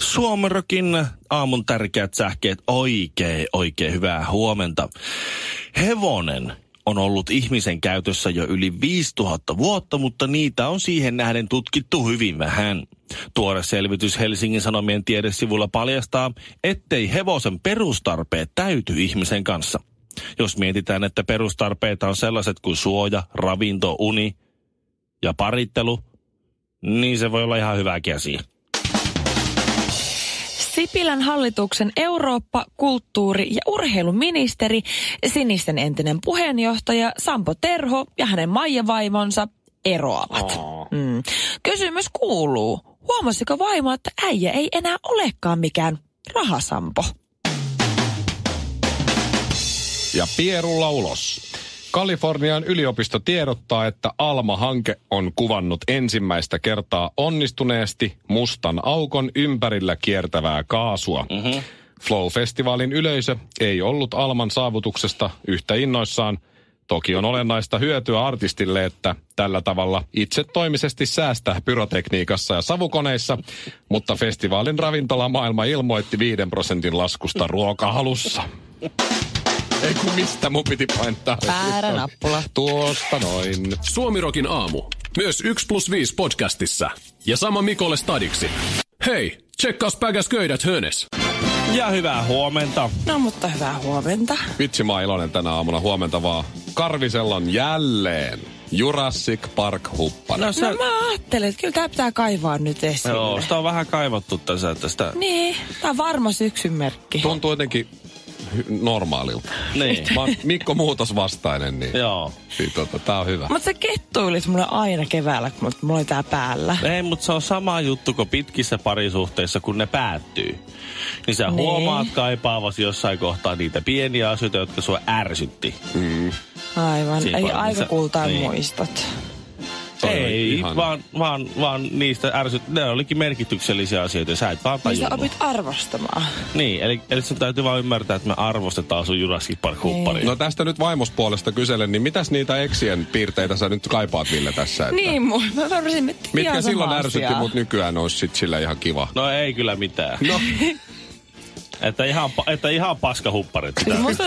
Suomerokin aamun tärkeät sähkeet. Oikein, oikein hyvää huomenta. Hevonen on ollut ihmisen käytössä jo yli 5000 vuotta, mutta niitä on siihen nähden tutkittu hyvin vähän. Tuore selvitys Helsingin Sanomien tiedesivulla paljastaa, ettei hevosen perustarpeet täyty ihmisen kanssa. Jos mietitään, että perustarpeita on sellaiset kuin suoja, ravinto, uni ja parittelu, niin se voi olla ihan hyväkin asia. Sipilän hallituksen Eurooppa, kulttuuri- ja urheiluministeri, sinisten entinen puheenjohtaja Sampo Terho ja hänen Maija-vaimonsa eroavat. Aa. Mm. Kysymys kuuluu, huomasiko vaimo, että äijä ei enää olekaan mikään rahasampo? ja pierulla ulos. Kalifornian yliopisto tiedottaa, että Alma-hanke on kuvannut ensimmäistä kertaa onnistuneesti mustan aukon ympärillä kiertävää kaasua. Mm-hmm. Flow-festivaalin yleisö ei ollut Alman saavutuksesta yhtä innoissaan. Toki on olennaista hyötyä artistille, että tällä tavalla itse toimisesti säästää pyrotekniikassa ja savukoneissa, mutta festivaalin ravintolamaailma ilmoitti 5 prosentin laskusta ruokahalussa. Ei kun mistä mun piti painaa. Pääränappula. Tuosta noin. Suomirokin aamu. Myös 1 plus 5 podcastissa. Ja sama Mikolle Stadiksi. Hei, tsekkaus päkäs köydät hönes. Ja hyvää huomenta. No mutta hyvää huomenta. Vitsi mä oon iloinen tänä aamuna. Huomenta vaan. Karvisella on jälleen Jurassic Park huppana. No No. se, No mä ajattelin, että kyllä tää pitää kaivaa nyt esille. joo, sitä on vähän kaivattu tässä, että sitä... Niin, tää on varma syksyn merkki. Tuntuu jotenkin hy- normaalilta. Niin. Mä oon Mikko Muutos vastainen, niin, Joo. niin tota, tää on hyvä. Mutta sä kettuilit mulle aina keväällä, kun mulla oli tää päällä. Ei, mutta se on sama juttu kuin pitkissä parisuhteissa, kun ne päättyy. Niin sä Niin. huomaat kaipaavasi jossain kohtaa niitä pieniä asioita, jotka sua ärsytti. Aivan, Siinä eli varmaan sä- aikakultaan niin. muistat. Toi oli Ei, ihana. vaan, vaan, vaan niistä ärsyt, ne olikin merkityksellisiä asioita ja sä et vaan Niin sä tajunnut. opit arvostamaan. Niin, eli, eli sun täytyy vaan ymmärtää, että me arvostetaan sun Jurassic Park huppari. No tästä nyt vaimos puolesta kyselen, niin mitäs niitä eksien piirteitä sä nyt kaipaat Ville tässä? Että Niin, mu- mä varsin, mit- Mitkä ihan silloin sama ärsytti, asia. mutta nykyään olisi sit sillä ihan kiva. No ei kyllä mitään. No, Että ihan, pa- että ihan paska hupparit. Kyllä Musta,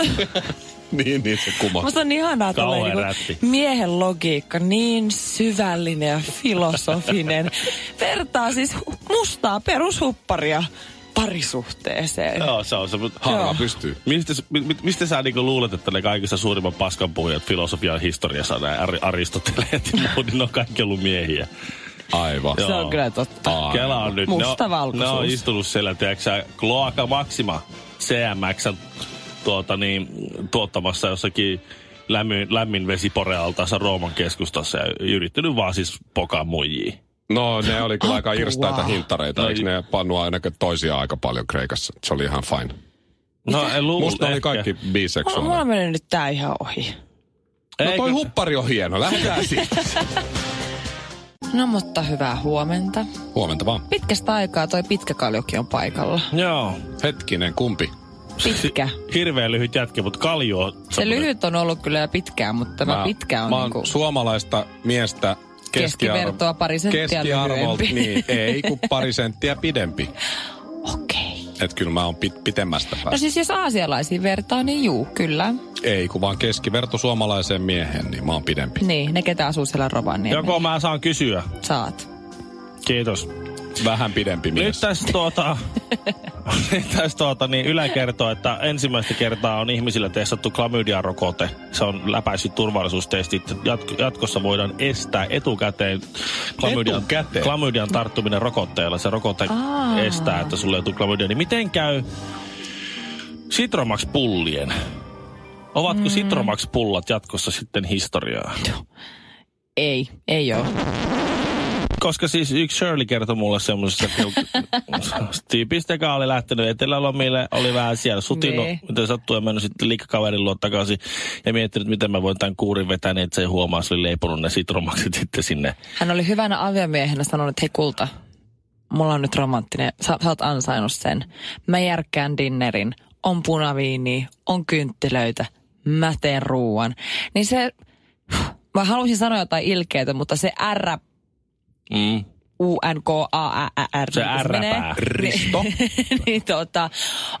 niin, niin se kuma. musta on ihanaa Kauhean tolleen rätti. niinku miehen logiikka, niin syvällinen ja filosofinen. Vertaa siis hu- mustaa perushupparia parisuhteeseen. Joo, se on se. mut- Harva Joo. pystyy. Mistä, s- mi- mi- mistä sä niinku luulet, että ne kaikista suurimman paskan puhujat filosofian historiassa, nämä ar- aristoteleet ja muut, niin ne on kaikki ollut miehiä. Aivan. Se Joo. on kyllä totta. Aivan. Kela on nyt. Ne Mustavalkoisuus. on, ne on istunut siellä, tiedätkö Kloaka Maxima CMX tuota, niin, tuottamassa jossakin lämmin, lämmin vesiporealtaansa Rooman keskustassa ja yrittänyt vaan siis pokaa muijia. No ne oli kyllä aika Apua. irstaita hintareita, No eikö ju- ne pannu aina toisiaan aika paljon Kreikassa? Se oli ihan fine. No, en luullut Musta oli ehkä. kaikki Mulla, mulla biseksuaaleja. menee nyt tää ihan ohi. No toi Eikö- huppari on hieno, lähdetään siitä. No mutta hyvää huomenta. Huomenta vaan. Pitkästä aikaa toi pitkä kaljokin on paikalla. Joo. Hetkinen, kumpi? Pitkä. Hirveän lyhyt jätkä, mutta kalju on... Se semmoinen- lyhyt on ollut kyllä jo pitkään, mutta tämä pitkä on mä oon niinku suomalaista miestä keskivertoa pari senttiä keskiarvolta, lyhyempi. niin ei kun pari senttiä pidempi. Okei. Okay. Et kyllä mä oon pit, pitemmästä No päästä. siis jos aasialaisiin vertaa, niin juu, kyllä. Ei kun vaan keskiverto suomalaiseen miehen, niin mä oon pidempi. Niin, ne ketä asuu siellä Rovaniemellä. Joko mä saan kysyä? Saat. Kiitos. Vähän pidempi Nyt mies. tässä tuota, nyt tässä tuota, niin Yle kertoo, että ensimmäistä kertaa on ihmisillä testattu klamydia-rokote. Se on läpäissyt turvallisuustestit. Jatk- jatkossa voidaan estää etukäteen klamydian, Etukäteen? klamydian tarttuminen rokotteella. Se rokote Aa. estää, että sulle joutuu klamydia. Niin miten käy Citromax pullien? Ovatko mm. Citromax pullat jatkossa sitten historiaa? Ei, ei oo. koska siis yksi Shirley kertoi mulle semmoisesta tyypistä, joka oli lähtenyt etelälomille, oli vähän siellä sutinut, Niin. miten sattuu, ja mennyt sitten liikakaverin luo takaisin, ja miettinyt, miten mä voin tämän kuurin vetää, niin että se ei huomaa, se oli leiponut ne sitromaksit sitten sinne. Hän oli hyvänä aviomiehenä sanonut, että hei kulta, mulla on nyt romanttinen, sä, sä oot ansainnut sen. Mä järkkään dinnerin, on punaviini, on kynttilöitä, mä teen ruuan. Niin se, mä halusin sanoa jotain ilkeitä, mutta se R, Mm. U, N, K, A, Ä, Ä, R. Se niin kuin ärräpää. menee. Niin, niin tota,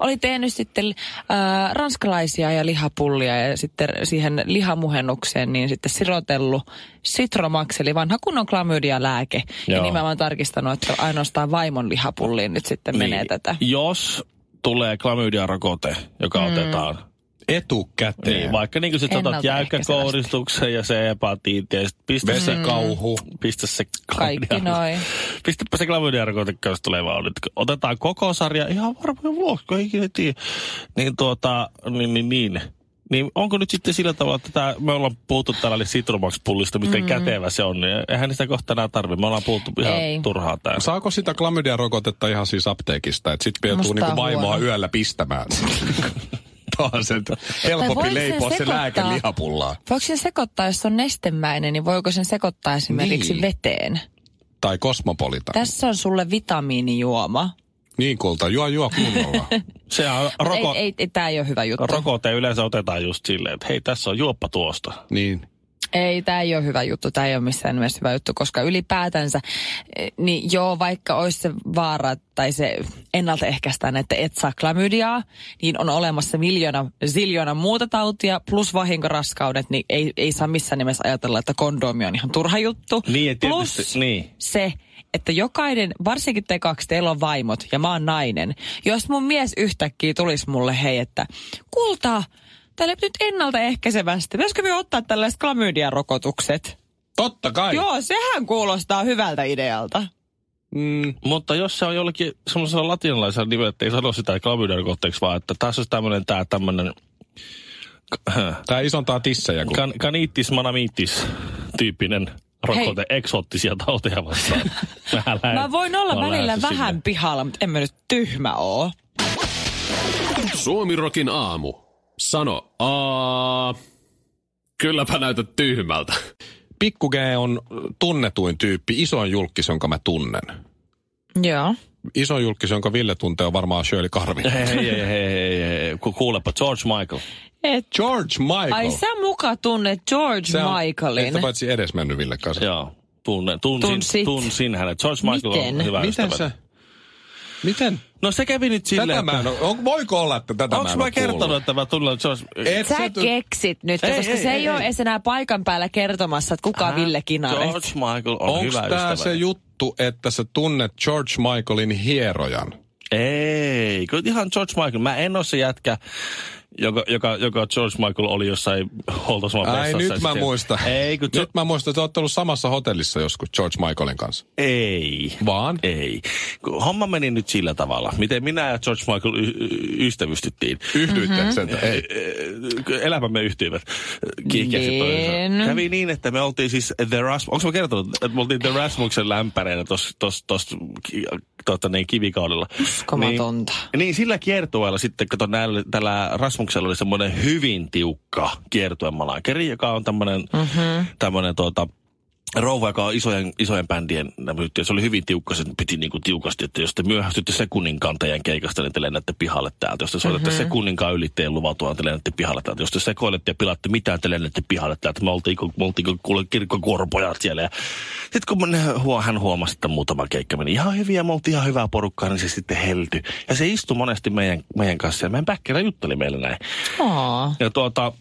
oli tehnyt sitten äh, ranskalaisia ja lihapullia ja sitten siihen lihamuhennukseen niin sitten sirotellut Citromax, eli vanha kunnon klamydia lääke. Ja Joo. niin mä oon tarkistanut, että ainoastaan vaimon lihapulliin nyt sitten niin. menee tätä. Jos tulee klamydia-rokote, joka mm. otetaan, Etukäteen. niin, vaikka niin kuin sit otat Ennaltaehkäisevästi. jäykkäkouristuksen ja se hepatiitti, ja sit pistä se, Vesikauhu. pistä se Kaikki klamydia- noin. Pistäpä se klamydia-rokotekka, jos tulee vaan nyt. Otetaan koko sarja ihan varmaan vuoksi, kun ei ikinä tiedä. Niin tuota, niin, niin, niin. Niin onko nyt sitten sillä tavalla, että tää, me ollaan puhuttu täällä sitromakspullista, miten mm. kätevä se on. Niin eihän niistä kohta enää tarvi. Me ollaan puhuttu ihan Ei. turhaa täällä. Saako sitä klamydia-rokotetta ihan siis apteekista, että sit Musta joutuu niinku on vaimoa huono. yöllä pistämään? Tää on se voiko helpompi sen leipoa se sekoittaa? lääke lihapullaan. Voiko sen sekoittaa, jos se on nestemäinen, niin voiko sen sekoittaa esimerkiksi Niin. niin. veteen? Tai kosmopolita. Tässä on sulle vitamiinijuoma. Niin kulta, juo juo kunnolla. Se on Roko... roko, Ei, ei, ei, tämä ei ole hyvä juttu. rokote yleensä otetaan just silleen, että hei tässä on juoppa tuosta. niin. Ei, tämä ei ole hyvä juttu. Tämä ei ole missään nimessä hyvä juttu, koska ylipäätänsä, eh, niin joo, vaikka olisi se vaara tai se ennaltaehkäistään, että et saa klamydiaa, niin on olemassa miljoona, ziljoona muuta tautia plus vahinkoraskaudet, niin ei, ei saa missään nimessä ajatella, että kondoomi on ihan turha juttu. Niin, ja plus tietysti- niin. se, että jokainen, varsinkin te kaksi, teillä on vaimot ja mä oon nainen. Jos mun mies yhtäkkiä tulisi mulle, hei, että kultaa, täällä nyt ennaltaehkäisevästi. Pitäisikö me ottaa tällaiset klamydiarokotukset? Totta kai. Joo, sehän kuulostaa hyvältä idealta. Mm, Mutta jos se on jollekin semmoisella latinalaisella nimellä, että ei sano sitä klamydia-rokotteeksi, vaan että tässä olisi tämmöinen tää tämmöinen tää isontaa tissejä. Kun... Kan, kanittis manamiittis tyyppinen rokote eksoottisia tauteja vastaan. Mä, lähden, Mä voin olla oon välillä lähdössä vähän sinne. pihalla, mutta en mä nyt tyhmä oo. Suomirokin aamu. Sano A. Kylläpä näytät tyhmältä. Pikku G on tunnetuin tyyppi, isoin julkis, jonka mä tunnen. Joo. Isoin julkis, jonka Ville tuntee, on varmaan Shirley Karvi. Hei, hei, hei, hei, hei, hei. Ku- Kuulepa, George Michael. Et, George Michael. ai sä muka tunnet George Se on- Michaelin. Että paitsi edes mennyt Ville kanssa. Joo. Tunne, tunsin, Tunsit. tunsin hänet. George Michael on Miten? hyvä Miten ystävä. sä? Miten? No se kävi nyt Tätä silleen, mä en että... ole, on, voiko olla, että tätä Onks en mä ole kertonut, kuullut? että mä tunnen George... Et Sä sä tu- keksit nyt, Ei, ei, koska ei, ei, se ei, ei, ei ole ei. edes enää paikan päällä kertomassa, että kuka Äh, Ville Kinaret. George Michael on Onks hyvä tää ystävä. se juttu, että sä tunnet George Michaelin hierojan? Ei, kyllä ihan George Michael. Mä en ole se jätkä, joka, joka, joka George Michael oli jossain Holtosman Ai nyt mä muistan. Ei, kun Nyt mä muistan, että oot ollut samassa hotellissa joskus George Michaelin kanssa. Ei. Vaan? Ei. Kun Homma meni nyt sillä tavalla, miten minä ja George Michael y- y- ystävystyttiin. Yhdyitte mm-hmm. sen? Ei. Ö, Elämämme yhtyivät kiihkeästi Niin. toisensa. Kävi niin, että me oltiin siis The Rasmus... Onko mä kertonut, että me oltiin The Rasmuksen lämpäreinä tuossa tota niin, kivikaudella? Uskomatonta. Niin, niin sillä kiertueella sitten, kato, näillä, tällä Rasmuksella oli semmoinen hyvin tiukka kiertuemalakeri, joka on tämmöinen mm-hmm. tämmönen, tuota, rouva, joka on isojen, isojen bändien näpytty, se oli hyvin tiukka, se piti niinku tiukasti, että jos te myöhästytte sekunninkaan teidän keikasta, niin te lennätte pihalle täältä. Jos te soitatte mm-hmm. sekunninkaan ylitteen luvautua, te lennätte pihalle täältä. Jos te sekoilette ja pilatte mitään, te lennätte pihalle täältä. Me oltiin, kuin- me oltiin kuin kuule kirkkokuorpojat siellä. Sitten kun mä ne- huo- hän huomasi, että muutama keikka meni ihan hyvin ja me oltiin ihan hyvää porukkaa, niin se sitten helty. Ja se istui monesti meidän, meidän kanssa ja meidän päkkerä jutteli meille näin. Aa. Ja tuota,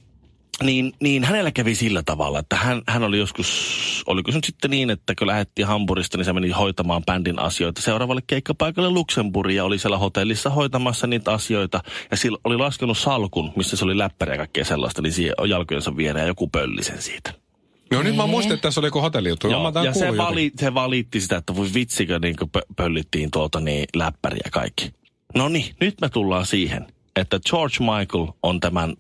niin, niin hänellä kävi sillä tavalla, että hän, hän oli joskus, oliko se nyt sitten niin, että kun lähdettiin Hamburista, niin se meni hoitamaan bändin asioita seuraavalle keikkapaikalle Luxemburgiin ja oli siellä hotellissa hoitamassa niitä asioita. Ja sillä oli laskenut salkun, missä se oli läppäriä ja kaikkea sellaista, niin siihen jalkojensa viereen ja joku pölli sen siitä. No nyt mä muistin, että tässä oli joku hotellijuttu. Joo, mä ja tämän se, kuullut vali... vali, se valitti sitä, että voi vitsikö niin pö- pöllittiin tuolta niin läppäriä kaikki. No niin, nyt me tullaan siihen, että George Michael on tämän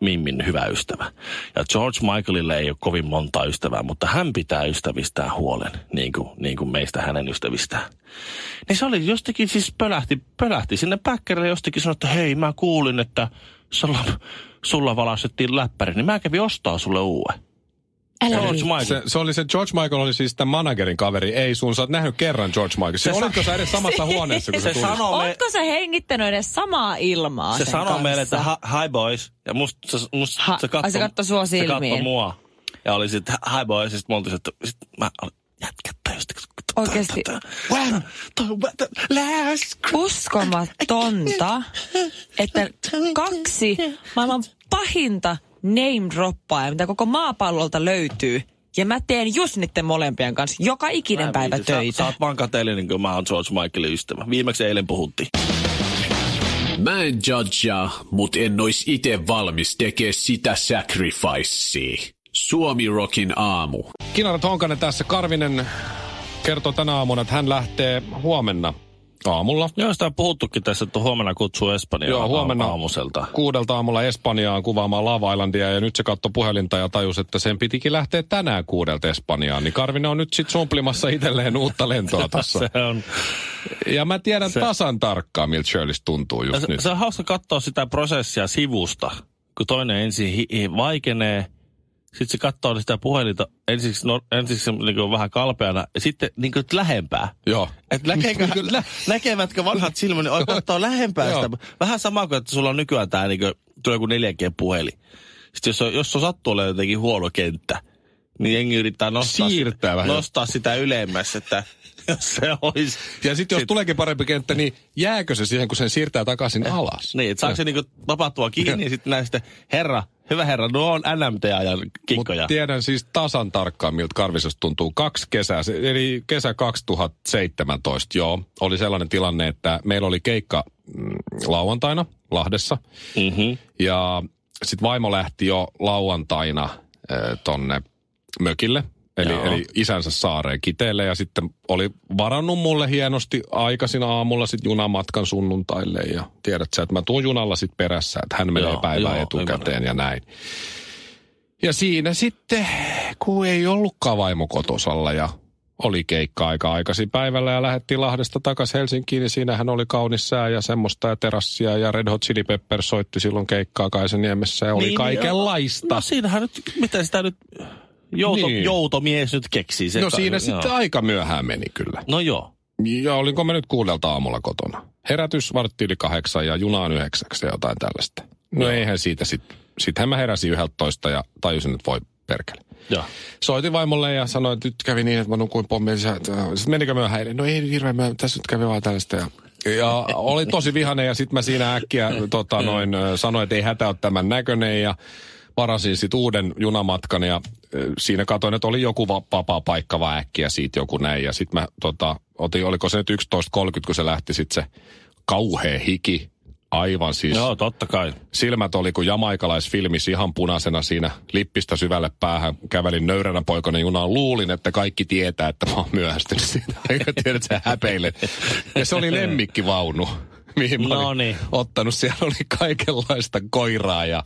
Mimmin hyvä ystävä. Ja George Michaelille ei ole kovin monta ystävää, mutta hän pitää ystävistään huolen, niin kuin, niin kuin meistä hänen ystävistään. Niin se oli jostakin, siis pölähti, pölähti sinne päkkärille jostakin sanoi, että hei mä kuulin, että sulla, sulla valastettiin läppäri, niin mä kävin ostaa sulle uuden. Älä George viitsi. Michael. Se, se, oli se George Michael oli siis tämän managerin kaveri, ei sun. Sä oot nähnyt kerran George Michael. Se sa- olitko sä edes samassa huoneessa, kun se, Se tuli? sanoo, me, Ootko sä hengittänyt edes samaa ilmaa se sen sanoo kanssa? meille, että hi, hi boys. Ja musta, se, musta Ha- se, katsoi, ai, se katsoi sua Se katsoi silmiin. mua. Ja oli sitten hi boys. Ja sitten me oltiin, se, että sit mä olin, jätkä täystä. Oikeesti. Wham! Toi on wham! Last Uskomatonta, että kaksi maailman pahinta name droppaa, mitä koko maapallolta löytyy. Ja mä teen just niiden molempien kanssa joka ikinen päivä Sä- Sä, töitä. oot vaan kateellinen, kun mä oon George Michaelin ystävä. Viimeksi eilen puhuttiin. Mä en judgea, mut en ois ite valmis tekee sitä sacrificea. Suomi Rockin aamu. Kinara Tonkanen tässä. Karvinen kertoo tänä aamuna, että hän lähtee huomenna aamulla. Joo, sitä on puhuttukin tässä, että huomenna kutsuu Espanjaa Joo, huomenna aamuselta. kuudelta aamulla Espanjaan kuvaamaan Lava Islandia ja nyt se katsoi puhelinta ja tajus, että sen pitikin lähteä tänään kuudelta Espanjaan. Niin Karvinen on nyt sitten sumplimassa itselleen uutta lentoa tässä. Se on, Ja mä tiedän se... tasan tarkkaan, miltä Shirley's tuntuu just niin. se, nyt. se on hauska katsoa sitä prosessia sivusta, kun toinen ensin hi- hi- vaikenee, sitten se katsoo sitä puhelinta ensiksi, no, ensiksi niin vähän kalpeana ja sitten niin kuin lähempää. Joo. Et näkeekö, nä, näkevätkö vanhat silmät, niin oi, katsoo lähempää niin Joo. sitä. Vähän sama kuin, että sulla on nykyään tämä niin tuo joku 4G-puhelin. Sitten jos, on, jos on sattuu olemaan jotenkin huono kenttä, niin jengi yrittää nostaa, Siirtää vähän. nostaa sitä ylemmäs, että jos se olisi... Ja sitten jos tuleekin parempi kenttä, niin jääkö se siihen, kun sen siirtää takaisin alas? Niin, että saako Äh. se niinku tapahtua kiinni ja sitten näistä, herra, hyvä herra, nuo on NMT-ajan Mutta kikkoja. tiedän siis tasan tarkkaan, miltä Karvisesta tuntuu. Kaksi kesää, se- eli kesä 2017, joo, oli sellainen tilanne, että meillä oli keikka mm, lauantaina Lahdessa. Mm-hmm. Ja sitten vaimo lähti jo lauantaina ö, tonne mökille, eli, Joo. eli isänsä saareen Kiteelle. Ja sitten oli varannut mulle hienosti aikaisin aamulla sit junamatkan sunnuntaille. Ja tiedät sä, että mä tuun junalla sit perässä, että hän menee Joo, päivää joo, etukäteen ymmärrän. ja näin. Ja siinä sitten, kun ei ollutkaan vaimo kotosalla ja oli keikka aika aikaisin päivällä ja lähdettiin Lahdesta takaisin Helsinkiin, niin siinähän oli kaunis sää ja semmoista ja terassia ja Red Hot Chili Peppers soitti silloin keikkaa Kaisaniemessä ja oli niin, kaikenlaista. No siinähän nyt, mitä sitä nyt, jouto, Niin. niin. joutomies nyt keksii. Se No kai- siinä joo. sitten aika myöhään meni kyllä. No joo. Ja olinko mä nyt kuudelta aamulla kotona? Herätys vartti yli kahdeksan ja junaan yhdeksäksi ja jotain tällaista. No Joo. eihän siitä sitten. Sittenhän mä heräsin yhdeltä toista ja tajusin, että voi perkele. Joo. Soitin vaimolle ja sanoin, että nyt kävi niin, että mä nukuin pommin. Sitten menikö myöhään eilen? No ei nyt hirveän myöhään, tässä nyt kävi vaan tällaista. Ja, ja olin tosi vihainen ja sitten mä siinä äkkiä tota, noin, ö, sanoin, että ei hätä ole tämän näköinen ja varasin sitten uuden junamatkan ja ö, siinä katsoin, että oli joku va- vapaa paikka vaan äkkiä siitä joku näin. Ja sitten mä tota, otin, oliko se nyt 11.30, kun se lähti sitten se kauhea hiki. Aivan siis joo, totta kai. silmät oli kuin jamaikalaisfilmissä ihan punaisena siinä lippistä syvälle päähän. Kävelin nöyränä poikana junaan. Luulin, että kaikki tietää, että mä oon myöhästynyt siitä. Aika tiedät, että sä häpeilet. Ja se oli lemmikkivaunu, mihin mä olin Noniin. ottanut. Siellä oli kaikenlaista koiraa ja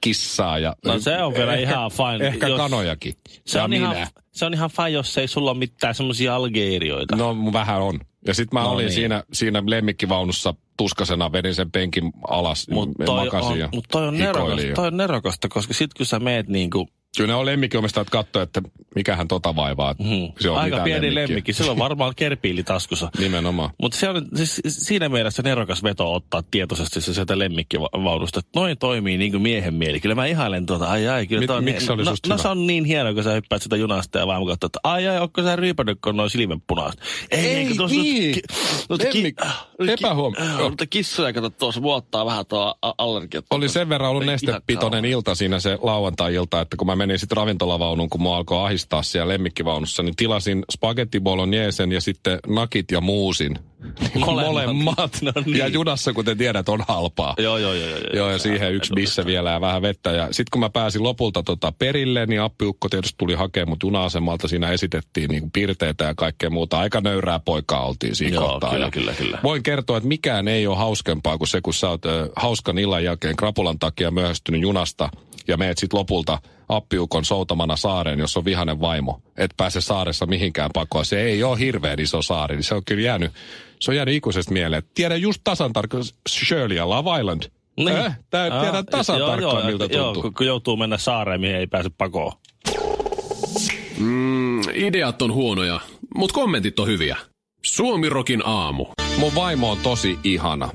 kissaa. Ja No se on vielä ihan fine, Ehkä jos- kanojakin. Se ja on, minä. ihan, se on ihan fine, jos ei sulla ole mitään semmoisia algeerioita. No mun vähän on. Ja sit mä No olin niin. siinä, siinä lemmikkivaunussa tuskasena, vedin sen penkin alas, Mut toi, makasin on, ja mut toi, on hikoilin nerokasta, ja- toi on nerokasta, koska sit kun sä meet niinku, Kyllä ne on lemmikkiomistajat katsoa, että mikähän tota vaivaa. Mm. Se on Mhm. hmm, aika mitään pieni lemmikkiä. lemmikki, sillä on varmaan kerpiili taskussa. Nimenomaan. Mutta se on siis siinä mielessä nerokas veto ottaa tietoisesti se sieltä lemmikkivaunusta. että Noin toimii niin kuin miehen mieli. Kyllä mä ihailen tuota, ai ai, kyllä Mit- toi on miksi se oli no, susta no, hyvä? se on niin hieno, kun sä hyppäät sitä junasta ja vaimo katsoo, että ai ai, onko sä ryypännyt, kun on noin silmänpunaiset. Ei kun niinku tuossa niin. Nyt, ki, Lemmik- nyt, ki, epähuom- äh, joo. Mutta kissoja, kato tuossa vuottaa vähän tuo a- allergia. Oli sen verran ollut Ei nestepitoinen ihan ilta siinä se lauantai-ilta, että kun mä menin sitten ravintolavaunuun, kun mua alkoi ahistaa siellä lemmikkivaunussa, niin tilasin spagetti bolognesen ja sitten nakit ja muusin. Molemmat, no niin. Ja junassa, kuten tiedät, on halpaa. Joo, joo, joo. Joo, joo, Joo, ja siihen yksi missä vielä ja vähän vettä. Ja sitten kun mä pääsin lopulta tota perille, niin appiukko tietysti tuli hakemaan mut juna-asemalta. Siinä esitettiin niin piirteitä ja kaikkea muuta. Aika nöyrää poikaa oltiin siinä Joo, kohtaa. kyllä, ja kyllä, kyllä. Voin kertoa, että mikään ei ole hauskempaa kuin se, kun sä oot ö, hauskan illan jälkeen krapulan takia myöhästynyt junasta ja meet sitten lopulta appiukon soutamana saareen, jos on vihanen vaimo. Et pääse saaressa mihinkään pakoon. Se ei ole hirveän iso saari, niin se on kyllä jäänyt, se on jäänyt ikuisesti mieleen. Tiedän just tasan tarkkaan Shirley ja Love Island. Niin. Äh, tää, Aa, tiedän tasan joo, tarkkaan, joo, miltä Joo, tuntuu. kun- kun joutuu mennä saareen, mihin ei pääse pakoon. Mm, Ideat on huonoja, mutta kommentit on hyviä. Suomirokin aamu. Mun vaimo on tosi ihana.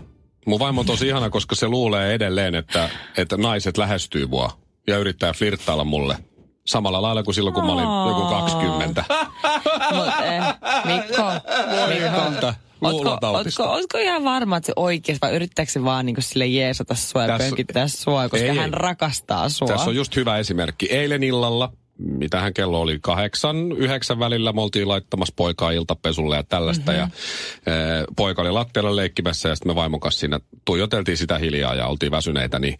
Mun vaimo on tosi ihana, koska se luulee edelleen, että, että naiset lähestyy mua ja yrittää flirttailla mulle. Samalla lailla kuin silloin, kun mä olin joku 20. Mut, eh, Mikko, Mikko. häntä. Ootko, Luulotautista. ootko, ootko, ihan varma, että se oikeasti vai yrittääkö se vaan niinku sille jeesata sua ja Tässä- pönkittää sua, koska Ei, ei. hän rakastaa sua? Tässä on just hyvä esimerkki. Eilen illalla, mitähän kello oli, kahdeksan, yhdeksän välillä me oltiin laittamassa poikaa iltapesulle ja tällaista. Mm-hmm. Ja e, poika oli lattialla leikkimässä ja sitten me vaimon kanssa siinä tuijoteltiin sitä hiljaa ja oltiin väsyneitä. Niin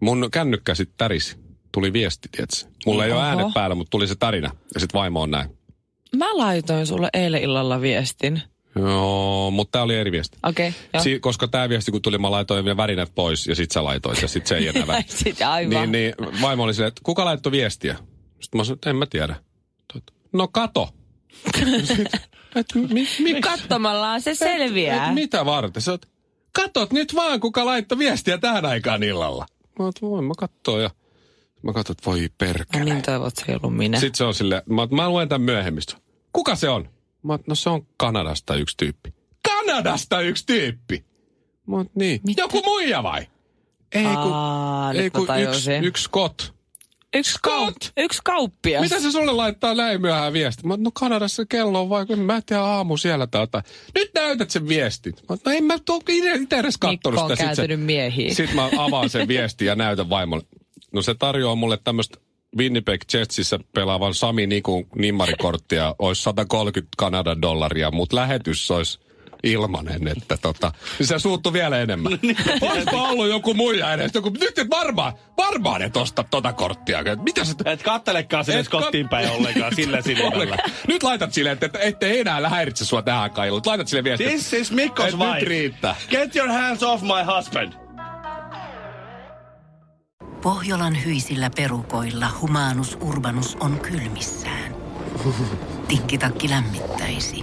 mun kännykkä sitten tärisi. Tuli viesti, tietsä. Mulla ei ole Oho. ääne päällä, mutta tuli se tärinä. Ja sitten vaimo on näin. Mä laitoin sulle eilen illalla viestin. Joo, mutta tämä oli eri viesti. Okei, okay, Si- koska tämä viesti kun tuli, mä laitoin vielä värinät pois ja sit sä laitoit ja sit se ei enää joo. väri. Sitten aivan. Niin, niin vaimo oli silleen, että kuka laittoi viestiä? Sitten mä sanoin, että en mä tiedä. Totta. No kato. Et mi, mi, Kattomallaan se et selviää. mitä varten? Sä oot, katot nyt vaan, kuka laittoi viestiä tähän aikaan illalla. Mä oot, voin mä kattoo ja mä katsoin, että voi No perkele. niin toivot se ei ollut minä. Sitten se on silleen, mä, oot, mä luen tämän myöhemmin. Sit, Kuka se on? Mä oot, no se on Kanadasta yksi tyyppi. Kanadasta yksi tyyppi? Mä oot, niin. Mitä? Joku muija vai? Ei kun, Aa, ei nyt mä kun yksi, tajusin. yksi kot. Yksi, Scott! kaup- yksi kauppias. Mitä se sulle laittaa näin myöhään viesti? Mä, oon, no Kanadassa kello on vaikka, en mä en tiedä aamu siellä tai jotain. Nyt näytät sen viestin. Mä, oon, no en mä tuu itse edes Mikko kattonut on sitä. Sit se- kääntynyt miehiin. Sitten mä avaan sen viestin ja näytän vaimolle. No se tarjoaa mulle tämmöistä Winnipeg Jetsissä pelaavan Sami Nikun nimmarikorttia. Olisi 130 Kanadan dollaria, mutta lähetys olisi ilmanen, että tota, niin se suuttu vielä enemmän. Olisiko ollut joku muija edes? Joku, nyt et varmaan, varmaan et osta tota korttia. Mitä sä, Et kattelekaan sinne sinne Et kat- Scottiin Skottiin päin päin ollenkaan sillä silmällä. Ollenkaan. Nyt laitat sille, että että ettei enää häiritse sua tähän kailuun. Laitat sille viestiä. This is Mikko's Et wife. nyt riittää. Get your hands off my husband. Pohjolan hyisillä perukoilla humanus urbanus on kylmissään. Tikkitakki lämmittäisi.